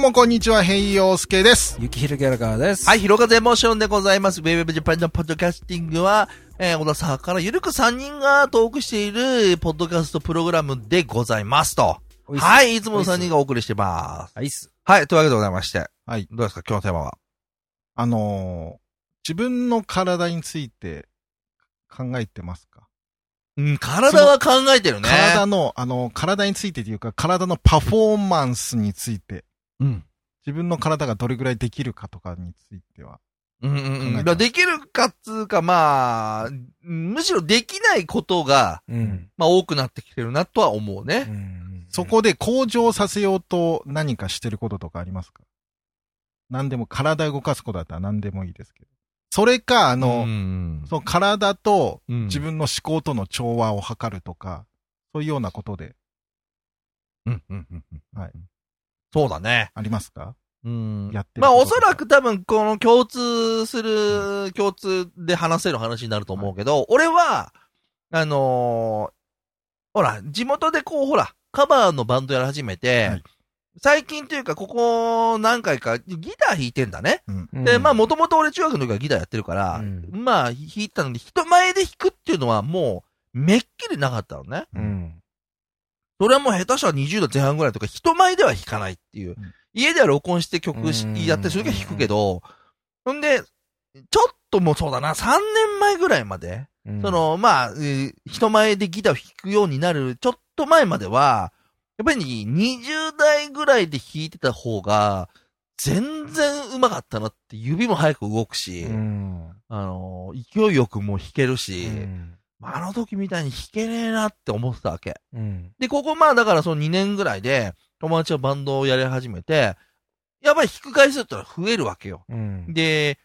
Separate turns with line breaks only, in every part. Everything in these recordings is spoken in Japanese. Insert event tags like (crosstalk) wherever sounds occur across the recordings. もこんにちは、ヘイヨースケです。
ゆきひろギャラガーです。
はい、ひろかぜモーションでございます。ウェブジャパンのポッドキャスティングは、えー、小田さんからゆるく3人がトークしている、ポッドキャストプログラムでございますと。
おいっす。
はい、いつもの3人がお送りしてます。
はいっす。
はい、というわけでございまして。
はい。
どうですか、今日のテーマは。
あのー自分の体について考えてますか、
うん、体は考えてるね。
体の、あのー体についてというか、体のパフォーマンスについて、
うん。
自分の体がどれぐらいできるかとかについては。
うんうんうん。
考えてます
だからできるかっつうか、まあ、むしろできないことが、
うん。
まあ多くなってきてるなとは思うね。
そこで向上させようと何かしてることとかありますか何でも、体動かすことだったら何でもいいですけど。それか、あの、
ん
その体と
うん
自分の思考との調和を図るとか、そういうようなことで
うんうんうんうん
はい
そうだね。
ありますか
うん
やってる
ま
こととか
あおそらく多分この共通する、共通で話せる話になると思うけど、俺は、あのーほら、地元でこう、ほら、カバーのバンドやり始めて、
はい
最近というか、ここ何回かギター弾いてんだね。
うん。
うん
で、まあ、もともと俺中学の時はギターやってるから、
うん
まあ、弾いたのに、人前で弾くっていうのはもう、めっきりなかったのね。
うん。
それはもう下手したら20代前半ぐらいとか、人前では弾かないっていう。
うん
家では録音して曲し
うん
やってする時は弾くけど、ほんで、ちょっともうそうだな、3年前ぐらいまで、
うん
そ、の、まあ、えー人前でギターを弾くようになる、ちょっと前までは、やっぱり20代ぐらいで弾いてた方が、全然上手かったなって、指も早く動くし、
うん。
あのー、勢いよくもう弾けるし、
うん
あの時みたいに弾けねえなって思ってたわけ。
うん。
で、ここまあだからその2年ぐらいで、友達はバンドをやり始めて、やっぱり弾く回数ってのは増えるわけよ。
うん。
で、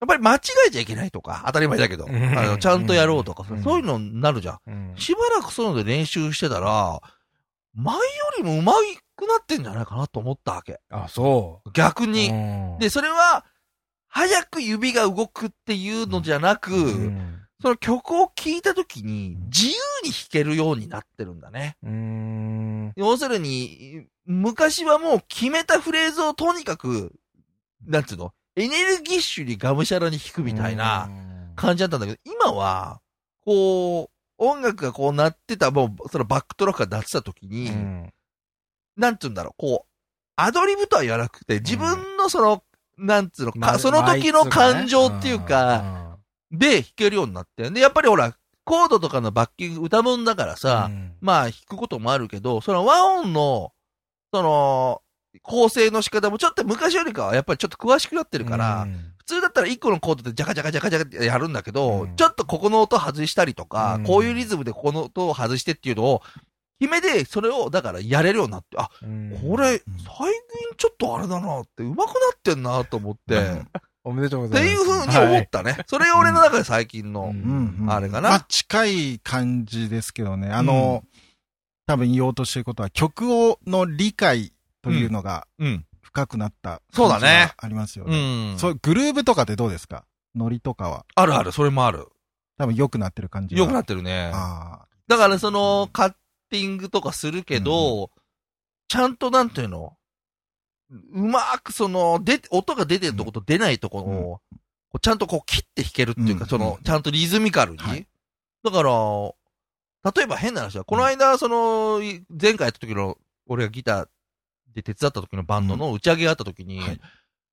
やっぱり間違えちゃいけないとか、当たり前だけど、
うん
あのちゃんとやろうとか、
うん
そういうのになるじゃん。
うん
しばらくそういうので練習してたら、前よりも上手くなってんじゃないかなと思ったわけ。
あ、そ
逆
う。
に。
うん
で、、それは、早く指が動くっていうのじゃなく、
うん
その曲を聴いた時に自由に弾けるようになってるんだね。
うん。
要するに、昔はもう決めたフレーズをとにかく、なんつうの、エネルギッシュにがむしゃらに弾くみたいな感じだったんだけど、今は、こう、音楽がこうなってた、もう、そのバックトラックがなってた時
う
に、
ん。
なんつうんだろう、こう、アドリブとは言わなくて、自分のその、なんつうのか、
ま
その時の感情っていうか、、で弾けるようになって。で、やっぱりほら、コードとかのバッキング歌もんだからさ、まあ弾くこともあるけど、その和音の、その、構成の仕方もちょっと昔よりかはやっぱりちょっと詳しくなって
て
るから、、普通だったら1個のコードでジャカジャカジャカジャカってやるんだけど、
うん
ちょっとここの音外したりとか、
うん
こういうリズムでここの音を外してっていうのを、決めでそれをだからやれるようになって、あ、
うん
これ、最近ちょっとあれだなって、上手くなってんなと思って、
うん
(laughs) っ
おめでとうござ
て
い
い
ま
う
す。
ふうに思ったね。それが俺の中で最近の、
うん
うんうん
あれかな
まあ、近い感じですけどね。あの、多分言おうとしてることは、曲をの理解というのが
うん。
深くなった。
そうだね。
ありますよ
う
ね。
ん。
そう、グルーブとかってどうですかノリとかは。
あるある、それもある。
多分良くなってる感じが。
良くな
っ
ってるね。
ああ。
だからその、カッティングとかするけど、ちゃんとなんていうのうまーくその、で、音が出てるとこと出ないところを、
うん
こうちゃんとこう切って弾けるっていうか、
うん
その
う、ん
ちゃんとリズミカルに。
はい
だから、例えば変な話だ。この間、その、い前回やった時の、俺がギターで手伝った時のバンドの打ち上げがあった時に、
はい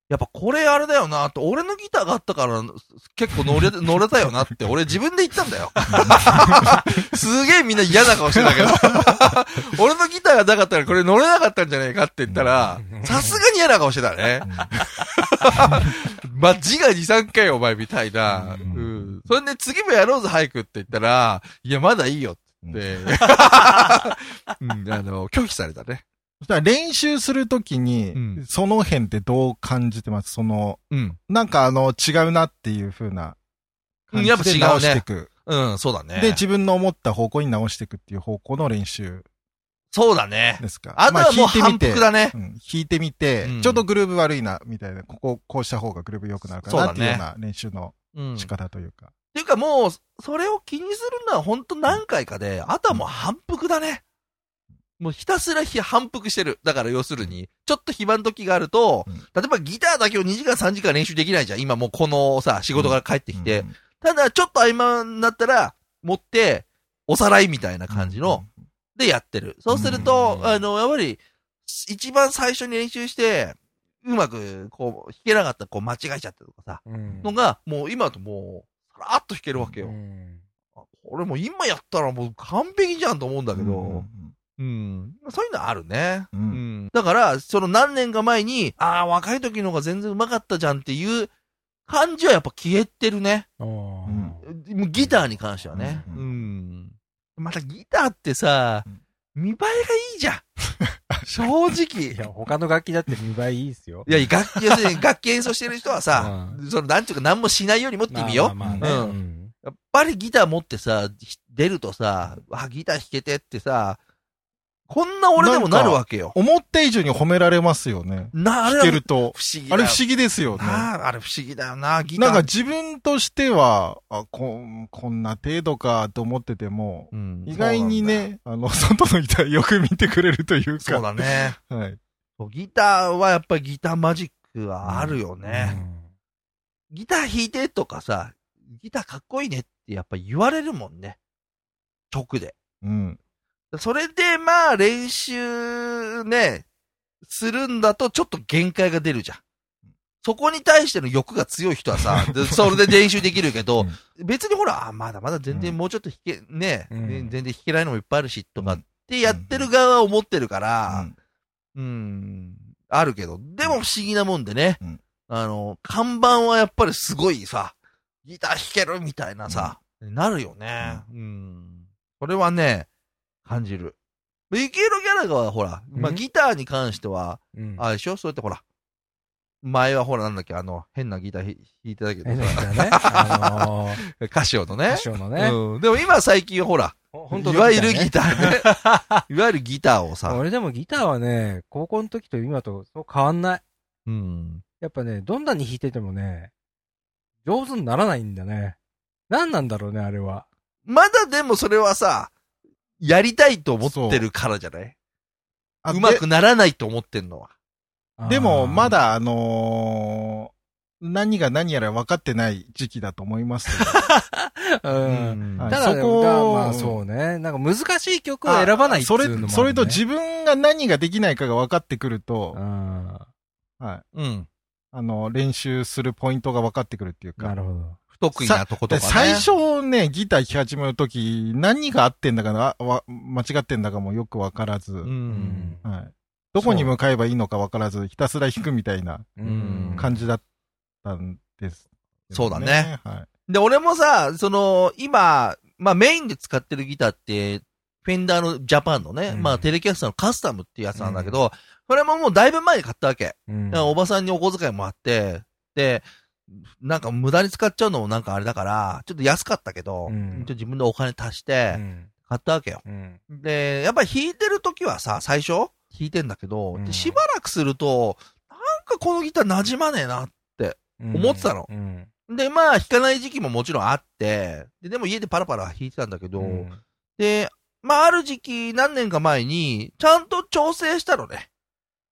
やっぱこれあれだよなって、俺のギターがあったから、結構
(laughs)
乗れ、乗れたよなって、俺自分で言ったんだよ。すげえみんな嫌な顔してたけ
(laughs)
ど、俺のギターがなかったからこれ乗れなかったんじゃねえかって言ったら、さすがに嫌な顔してたね。 (laughs) まあ、字が2、3回お前みたいな。う
うん
ん。それで次もやろうぜ、早くって言ったら、いや、まだいいよ
(laughs)
って。うん、あの、拒否されたね。
そしたら練習するときに、
うん
その辺ってどう感じてますその、
うん。
なんかあの、違うなっていう風な感じ
うんやっぱ違う
で
ね
直していく。
うん、そうだね。
で、自分の思った方向に直していくっていう方向の練習
そうだね。
ですか。
あとはもう
まあ弾
反
いてみて
復だね。
うん、弾いてみて、
うん
ちょっとグルーブ悪いな、みたいな、ここ、こうした方がグルーブ良くなるか
そう
な
だ
っ
ね
ていうような練習の
うん。っ
仕方というか。
ていうかもう、それを気にするのはほんと何回かで、あとはもう反復だね。もうひたすらひ反復してる。だから要するに、ちょっと暇の時があると
うん、
例えばギターだけを2時間3時間練習できないじゃん。今もうこのさ、仕事から帰ってきて。
うん
ただ、ちょっと合間になったら、持って、おさらいみたいな感じの、、でやってる。そうすると
う、ん
あの、やっぱり、一番最初に練習して、うまく、こう、弾けなかったら、こう、間違えちゃったとかさ、
うん
のが、もう今だともう、さらっと弾けるわけ
う
よ。
ん
あこれもう今やったらもう完璧じゃんと思うんだけ
うんうんうん
ど、うん。そういうのあるね。
う
うんん。だから、その何年か前に、ああ、若い時の方が全然うまかったじゃんっていう感じはやっぱ消えてるね。
あー
うん
もうギターに関してはね。
う
うんん。またギターってさ
うん、
見栄えがいいじゃん。正直。
(laughs) い
い
や、他の楽器だって見栄えいいですよ。
や、楽器、要するに楽器演奏してる人はさ、その、なんちゅうか何もしないよりもって意味よ。
まあまあまあね
う
うん
やっぱりギター持ってさ、ひ出るとさ、あ、ギター弾けてってさ、こんな俺でもなるわけよ。
思った以上に褒められますよね。
な、あれ
弾
は
けると。
不思議だ
あ
よ。
れ不思議ですよね。
なあ、あれ不思議だよな、ギター。
なんか自分としては、あ、こん、こんな程度かと思ってても、
うん
意外にね、あの、外のギターよく見てくれるという
そうだ
か、
ね。
はい。
そうギターはやっぱりギターマジックはあるよね。ギター弾いてとかさ、ギターかっこいいねってやっぱ言われるもんね。直で。
うん。
それでまあ練習ね、するんだとちょっと限界が出るじゃん。そこに対しての欲が強い人は
(laughs)
さ、でそれで練習できるけど、別にほら、あまだまだ全
う
然もうちょっと弾け、ね、
うん
ね全然弾けないのもいっぱいあるし、とか
う
っ
ん
てやってる側は思ってるから、
うん
うん、あるけど、でも不思議なもんでね、
うん
あの、看板はやっぱりすごいさ、ギター弾けるみたいなさ、なるよね。うん。これはね、感じる。イケロギャラガーはほら、まあ、
うん
ギターに関しては、
うん。
あれでしょそうやってほら、前はほらなんだっけ、あの、変なギターひ弾いてたけど
えな
さ
んかね、あのー、
カシオの (laughs) ね
歌。唱のね。
うん。でも今最近ほら、
本
いわゆるギタ
タ
ーね。いわゆるギターをさ、
俺でもギターはね、高校の時と今とそう変わんない。
うん。
やっぱね、どんなに弾いててもね、上手にならないんだね。何なんだろうね、あれは。
まだでもそれはさ、やりたいと思ってるからじゃない
あ
うまくならないと思ってんのは。
ででも、ま
だ、
だ、あのー何が何やら分かってない時期だと思います
(laughs)
けど
うん。
はい
ただ、
そこを
歌まあそうね。なんか難しい曲を選ばないってい
そう
のも
れ
あるね、、
それと自分が何ができないかが分かってくると
う、ん。
はい。
うん。
あの、練習するポイントが分かってくるっていうか
な。るほど。
不得意なとこと
で
かね。
最初ね、ギター弾き始めるとき、何が合ってんだかな、わ間違ってんだかもよくわからず、
う。。
うん
はい。どこに向かえばいいのかわからず、ひたすら弾くみたいな
うん
感じだったんです、
そうだね。
はい。
で、俺もさ、その、今、まあメインで使ってるギターって、フェンダーのジャパンのね、
うん
まあテレキャスターのカスタムっていうやつなんだけど、これももうだいぶ前に買ったわけ。
うん
だからおばさんにお小遣いもあって、で、なんか無駄に使っちゃうのもなんかあれだから、ちょっと安かったけど、
うん
ちょっと自分でお金足して
ん。
買ったわけよ。
うん。
で、やっぱり弾いてる時はさ、最初弾いてんだけど、
うん
でしばらくすると、なんかこのギター馴染まねえな。思ってたの
うん。
で、まあ弾かない時期ももちろんあって、で、でも家でパラパラ弾いてたんだけど、
うん
で、まあある時期何年か前に、ちゃんと調整したのね。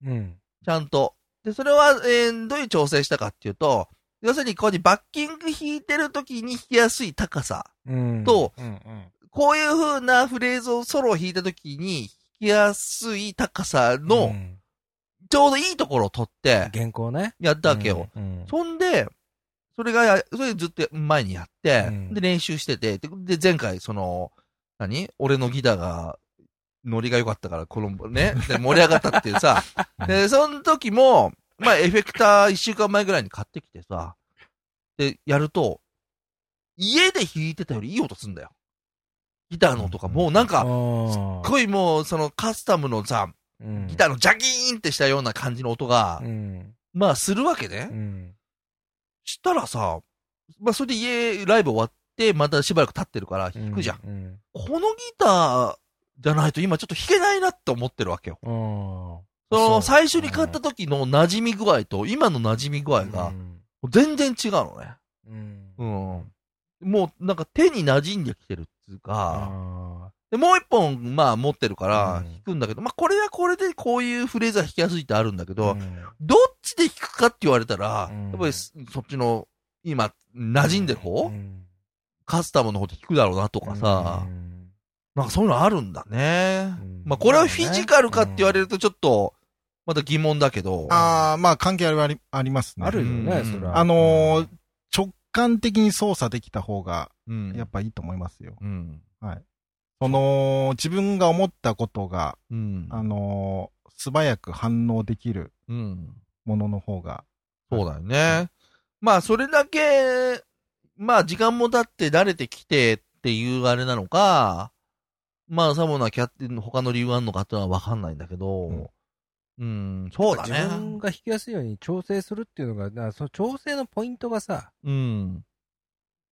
うん。
ちゃんと。で、それは、えーどういう調整したかっていうと、要するにここにバッキング弾いてる時に弾きやすい高さ。
うん。
と
うん、うん。
こういう風なフレーズをソロを弾いた時に弾きやすい高さ
う
の
ん
ちょうどいいところを取って
原稿ね。
やったわけよ。
うん。
そんで、それが、それずっと前にやって、
うん
で練習してて、で、で前回その、何俺のギターが、ノリが良かったから、このね、で盛り上がったっていう
(laughs)
さ、で、その時も、まあエフェクター一週間前ぐらいに買ってきてさ、で、やると、家で弾いてたよりいい音すんだよ。ギターの音がもうなん
あ
か、
ー
すっごいもうそのカスタムのさ、
うん
ギターのジャキーンってしたような感じの音が、
うん。
まあするわけね
う。ん。
したらさ、まあ、それで家、ライブ終わって、またしばらく経ってるから弾くじゃん。
うん。
このギターじゃないと今ちょっと弾けないなって思ってるわけよ。
うん。
その、
そう
最初に買った時の馴染み具合と、今の馴染み具合が、全然違うのね。
うん。
うん。もう、なんか手に馴染んできてるっていうか、
あ
で、もう一本、まあ持ってるから
うん、
弾くんだけど、まあこれはこれでこういうフレーズは弾きやすいってあるんだけど、
うん
どっちで弾くかって言われたら、
うん
やっぱりすそっちの、今、馴染んでる方、
うん
カスタムの方で弾くだろうなとかさ、
うん
なんかそういうのあるんだね。
うん
まあこれはフィジカルかって言われるとちょっと、また疑問だけど。
ああ、まあ関係ありありありますね。
あるよね、
うん
それは。
あのー直感的に操作できた方が、
うん。
やっぱいいと思いますよ。
うん。
その、自分が思ったことが、
うん。
あのー素早く反応できる
うん。
ものの方が、
そうだよね。まあ、それだけ、まあ、時間も経って慣れてきてっていうあれなのか、まあ、サモナキャッティ、他の理由あんのかってのはわかんないんだけど、うん、そうだ
自分
ね。
が弾きやすいように調整するっていうのが、だからその調整のポイントがさ、
うん。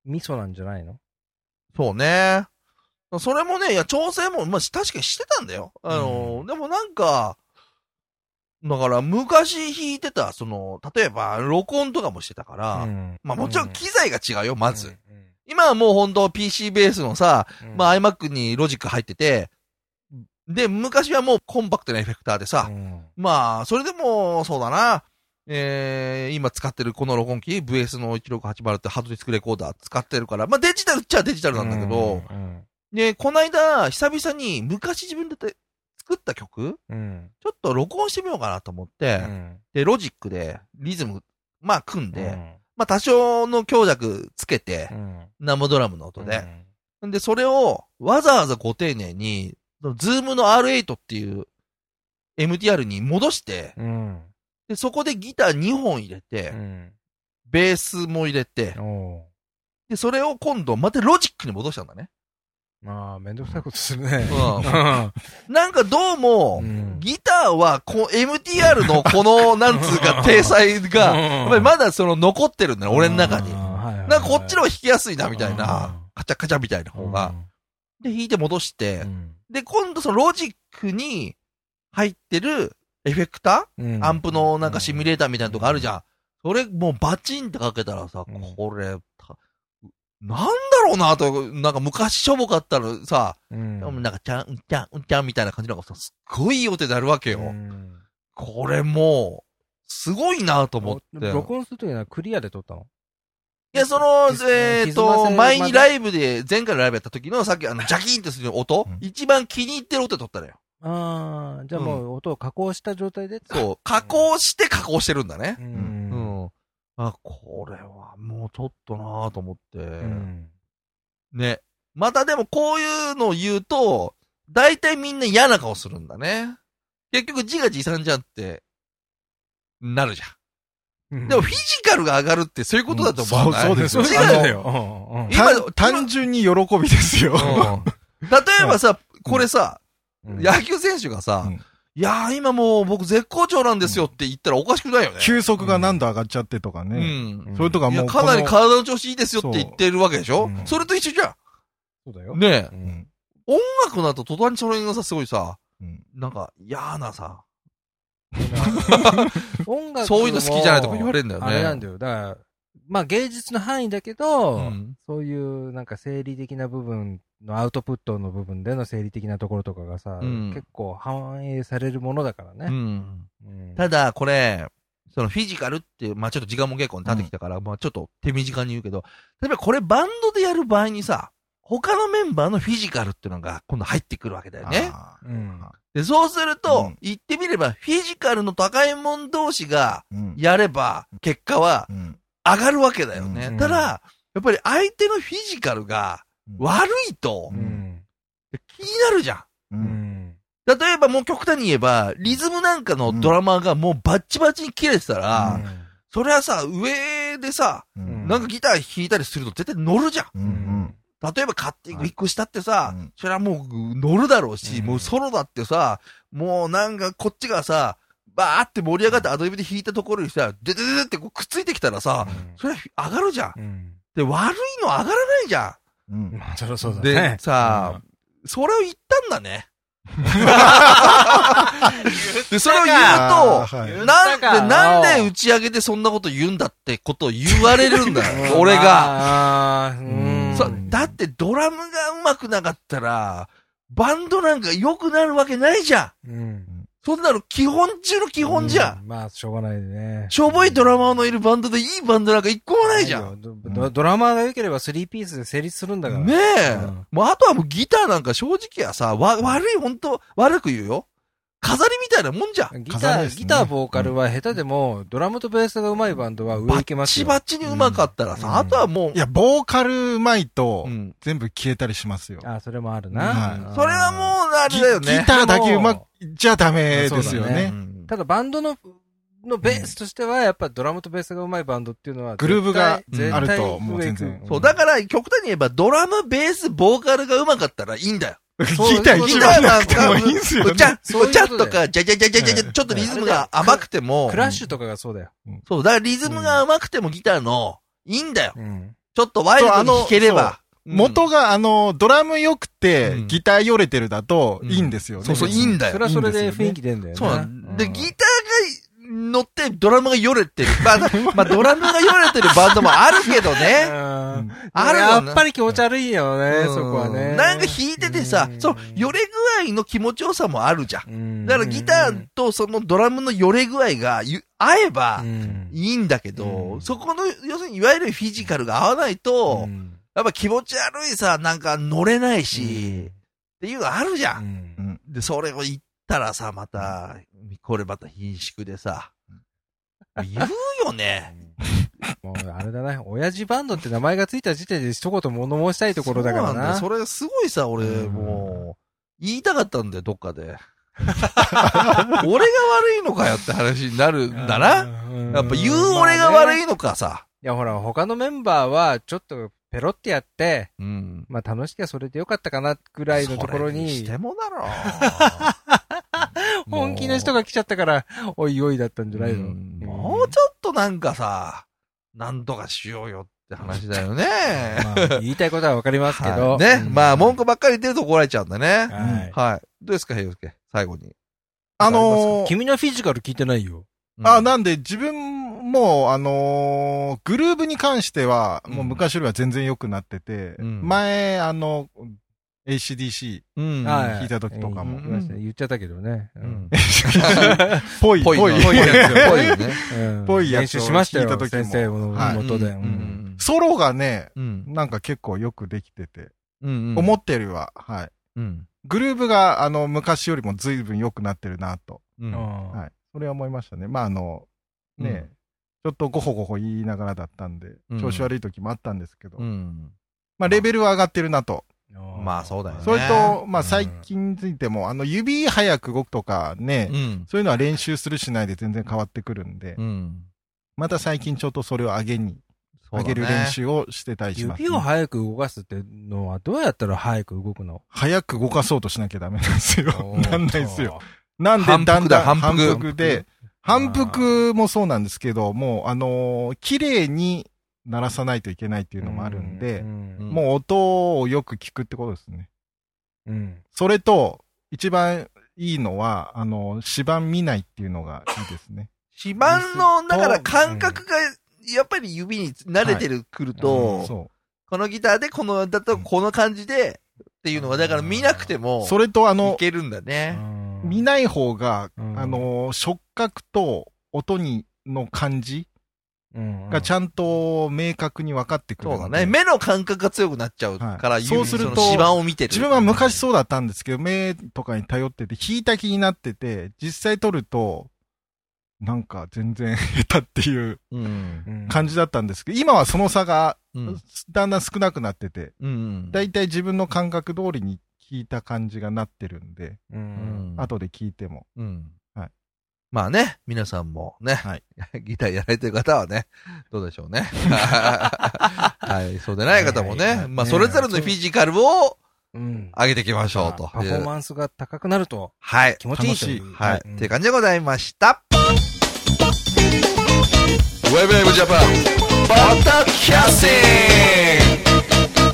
ミソなんじゃないの
そうね。それもね、いや、調整も、まあ、確かにしてたんだよ。あの、でもなんか、だから、昔弾いてた、その、例えば、録音とかもしてたから、
うん
まあ、もちろん機材が違うよ、まず。。
うん
今はもう本当 PC ベースのさ、
うん
まあ iMac にロジック入ってて、で、昔はもうコンパクトなエフェクターでさ
う、ん
まあ、それでも、そうだな、えー、今使ってるこの録音機、VS の1680ってハードディスクレコーダー使ってるから、まあデジタルっちゃデジタルなんだけど、、
うん
で、こないだ、久々に昔自分でて作った曲、
うん
ちょっと録音してみようかなと思って、
うん
で、ロジックでリズム、まあ組んで、
うん
まあ多少の強弱つけて、
うん
生ドラムの音で、で、それをわざわざご丁寧に、ズームの R8 っていう MTR に戻して、
うん
で、そこでギター2本入れて、ベースも入れて
うん、お
で、それを今度またロジックに戻したんだね。
うまあ、めんどくさいことするね。
(laughs) なんかどうも、
うん
ギターはこ、MTR のこ
(laughs)
の、なんつうか、体裁が、やっぱりまだその残ってるんだよ、俺の中に。
なん
なんかこっちの方が弾きやすいな、
だ
みたいな、、カチャカチャみたいな方が。で、弾いて戻して、
うん
で、今度そのロジックに入ってるエフェクター、アンプのなんかシミュレーターみたいなとこあるじゃん。それもうバチンってかけたらさ、
うん
これ、たなんだろうなと、なんか昔しょぼかったらさ、
うん
なんかちゃん、うんちゃん、うんちゃんみたいな感じのがさ、すっごいいい音になるわけよ。
うん
これもう、すごいなと思って。
録音するときはクリアで撮ったの
いや、その、
ひ
えっ、
ひずませま
と、
で
前にライブで、前回のライブやった時のさっきあの、ジャキーンってする音、
うん
一番気に入ってる音で撮ったのよ。
ああ、じゃあもう音を加工した状態で。
そう、加工して加工してるんだね
う。。
うんん。あ、これはもうちょっとなぁと思って、
うん。
ね。またでもこういうのを言うと、大体みんな嫌な顔するんだね。結局字が字算じゃんって、なるじゃん。でもフィジカルが上がるってそういうことだと思わない、
うんそうそうです
違うよ
だよ。うんうん
今
単単純に喜びですよ。
うん例えばさ、これさ、
うん
野球選手がさ、
うん
いやー今もう僕絶好調なんですよって言ったらおかしくないよね。
球速が何度上がっちゃってとか
う
ね。
ん。
それとか
い
も
や、
う
か
こ
なり
の、
体の調子いいですよって言ってるわけでしょ
そううん
それと一緒じゃ
そうだよ
ん。。ねえ。
うん
音楽の後、途端にそれがさ、すごいさ、
うん
なんか嫌なさ、
(laughs) 音楽も
そういうの好きじゃないとか言われるんだよね。
あれなんだよ。だから、まあ芸術の範囲だけ
う
ど、
ん
そういうなんか生理的な部分のアウトプットの部分での生理的なところとかがさ、
うん
結構反映されるものだから
う
ね。
ん。
うん
ただ、これ、そのフィジカルっていう、まあちょっと時間も結構経ってきたから、まあちょっと手短に言うけど、例えばこれバンドでやる場合にさ、他のメンバーのフィジカルっていうのが今度入ってくるわけだよね。
あー
うん
で、そうすると、
うん
言ってみれば、フィジカルの高いもん同士が
うん
やれば、結果は
うん
上がるわけだよね。
うん
ただ、やっぱり相手のフィジカルが悪いと
う、ん。
気になるじゃん。
う
うんん。
例えばもう極端に言えば、リズムなんかのドラマーがもうバッチバチに切れてたら、それはさ、上でさ、
う
うん
ん
なんかギター弾いたりすると絶対乗るじゃん。
う
うんん。
例えばカッティング一個したってさ、
うん
それはもう乗るだろうし、
うん
もうソロだってさ、もうなんかこっちがさ、バーって盛り上がってアドリブで弾いたところにさ、ででででってこうくっついてきたらさ、それは上がるじゃん。
うん。
で、悪いの上がらないじゃん。
うん
まあ、そりゃそうだね。
で、さ、それを言ったんだね。で、それを言
あ
う
ーはい
と、なんで、
言ったか
なんで打ち上げでそんなこと言うんだってことを言われるんだ
(laughs)
よ、俺が。
が。うん。
そうだってドラムが上手くなかったら、バンドなんか良くなるわけないじゃん。
うん。
そんなの基本中の基
基
本じゃん。
まあ、しょうがないね。
しょぼいドラマーのいるバンドでいいバンドなんか一個もないじゃん。
ん。どどドラマーが良ければ3ピースで成立するんだから。
ねえ。
うん
もうあとはもうギターなんか正直やさ、わ、悪い、本当悪く言うよ。飾りみたいなもんじゃん。
ギタ
飾り
ー、
ですね
ギター、ボーカルは下手でも、ドラムとベースが上手いバンドは上行けますよ。
バッチバチに上手かったらさ、
うん
あとはもう、
いや、ボーカルうまいと
う、ん。
全部消えたりしますよ。
あ、それもある
はい
な。
それはもう、あれだよ
ギギ
ね。
ターだけうまじゃダメですよ
そうだ
ね。
うん
ただバンドの、のベースとしては、やっぱドラムとベースが上手いバンドっていうのは、
グルーブが
絶
あ
対
る
絶対
と、もう
上
全
行く
然。
そう、だから、極端に言えば、ドラム、ベース、ボーカルが上手かったらいいんだよ。
ら、ギ
そう
ター
そう
一番なくてもいいんすよね。
ちゃん、
そういうこと
ち
だ
ゃ
よ
んとか、じゃじゃじゃじゃじゃじ
う
ゃ、
ん
ちょっとリズムが甘くても
ク、ラッシュとかがそうだよ。
そう、だからリズムが甘くてもギターの、いいんだよ。
うん。
ちょっとワイルドに弾ければ。うん
元が、あの、ドラム良くて
う、ん
ギターよれてるだと、いいんですよね。
そうそう、いいんだ
そ
よ
れ。はそれで雰囲気出んだよね。
そうなんで、ギ
う
ターが乗って、ドラムがよれてる。まあ、まあ、ドラムがよれてるバンドもあるけどね。
んうん
ある
や
よ
っ
ね
ぱり気持ち悪いよね、
うん
そこはね。
なんか弾いててさ
う、ん
その、よれ具合の気持ちよさもあるじゃん。
うん
だからギターとそのドラムのよれ具合がゆ合えば
うん
いいんだけ
う
ど
ん、
そこの、要するにいわゆるフィジカルが合わないうと、
ん
やっぱ気持ち悪いさ、なんか乗れないし、っていうのあるじゃ。
うんん
で、それを言ったらさ、また、これまた貧縮でさ、言うよ
(laughs)
ね。
もうあれだな、親父バンドって名前がついた時点で一言物申したいところだから
そうなんだよ
な。
それすごいさ、俺、
うん
もう、言いたかったんだよ、どっかで。 (laughs) 俺が悪いのかよって話になるんだな。
うん
やっぱ言う俺が悪
い
いのかさ。
やほら、他のメンバーはちょっとペロってやって、
うん。
まあ楽しきゃそれでよかったかなぐらいのところ
それし
に。
て、もだろ
本気の人
が
が来ちゃったから、おいおいだったんじゃないの
うんもうちょっとなんかさ、なんとかしようよって話だよね。
まあ言いたいことはわかりますけど。
はいね。
うん
まあ、文句ばっかり出ると怒られちゃうんだね。
はい
はい。どうですか、平介最後に。
あのー
君のフィジカル聞いてないよ。
あ、
ん
なんで自分も、あのーグルーブに関しては、もう昔よりは全然良くなってて、
うん
前、あの、ACDC
(laughs) うん。
は
聞いた時とかも
えー言いましたね言っちゃったけどね。う
うんん。
(laughs)
ぽい、ぽ
ぽい
い、
の。ぽいやつぽいよね。
うん
ぽいやつを
練習しました
聞い
よ、
た時も
先生の
はい
元で。
う
うん
ん。
ソロがね、
うん。
なんか結構よくできてて、
うん。
思ったよりは、はい。
うん。
グルーブが、あの、昔よりも随分良くなってるなと。
うん。
うん
はい。それは思いましたね。まあ、あの、ね、
うん
ちょっとごほごほ言いながらだったんで、
うん
調子悪い時もあったんですけど、
うん。
まあ、レベルは上がってるなと。
まあそうだよね
それと、まあ、
うん
最近についても、あの、指早く動くとかね、
うん。
そういうのは練習するしないで全然変わってくるんで、
うん。
また最近ちょっとそれを上げに、
そう
上
だね
げる練。習をしてたりします、
指を早く動かすってのはどうやったら早く動
(laughs)
くの
早く動かそうとしなきゃダメなんですよ。なんないですよ。。なんで、だ
反
ん
復
だ
だ
ん
反復
反復で、反
反復
復もそうなんですけど、もう、あのー綺麗に鳴らさないといけないっていうのもあるんで、
うん
もう音をよく聞くってことですね。
うん。
それと、一番いいのは、あの、指板見ないっていうのがいいですね。
指板の、だから感覚が、やっぱり指に慣れてる、くると、
そ
このギターで、この、だとこの感じで、っていうのが、だから見なくて
う。
も、
それと、あ
い
の、
けるんだね。
見
な、
ない方が、
うん
あの、触覚と音に、の感じがち
ゃ
ゃんと明確に分かってく
そ
るの
う
で。
だね。目の感覚が強くなっちゃうから、
はいそうすると
指板を見てる。
自分は昔そうだったんですけど、目とかに頼ってて、引いた気になってて、実際撮ると、なんか全然下手っていう
うん。
感じだったんですけど、今はその差が
うん。
だんだん少なくなってて、
うん。
だいたい自分の感覚通りに聞いた感じがなってるんで、
う。
うんん
後で聞いても。
うん。
はい。
まあね、皆さんもね、
はい
(laughs) ギターやられてる方はね、どうでしょうね。 (laughs) はい、そうでない方も
はいは
ね
い、
まあそれぞれのフィジカルを
うん
上げていきましょうと。
パフォーマンスが高くなると
はい。
気持ちいいという。
はい。
う
と
ん
いう感じでございました。ウェブウェブジャパン、バターキャスティング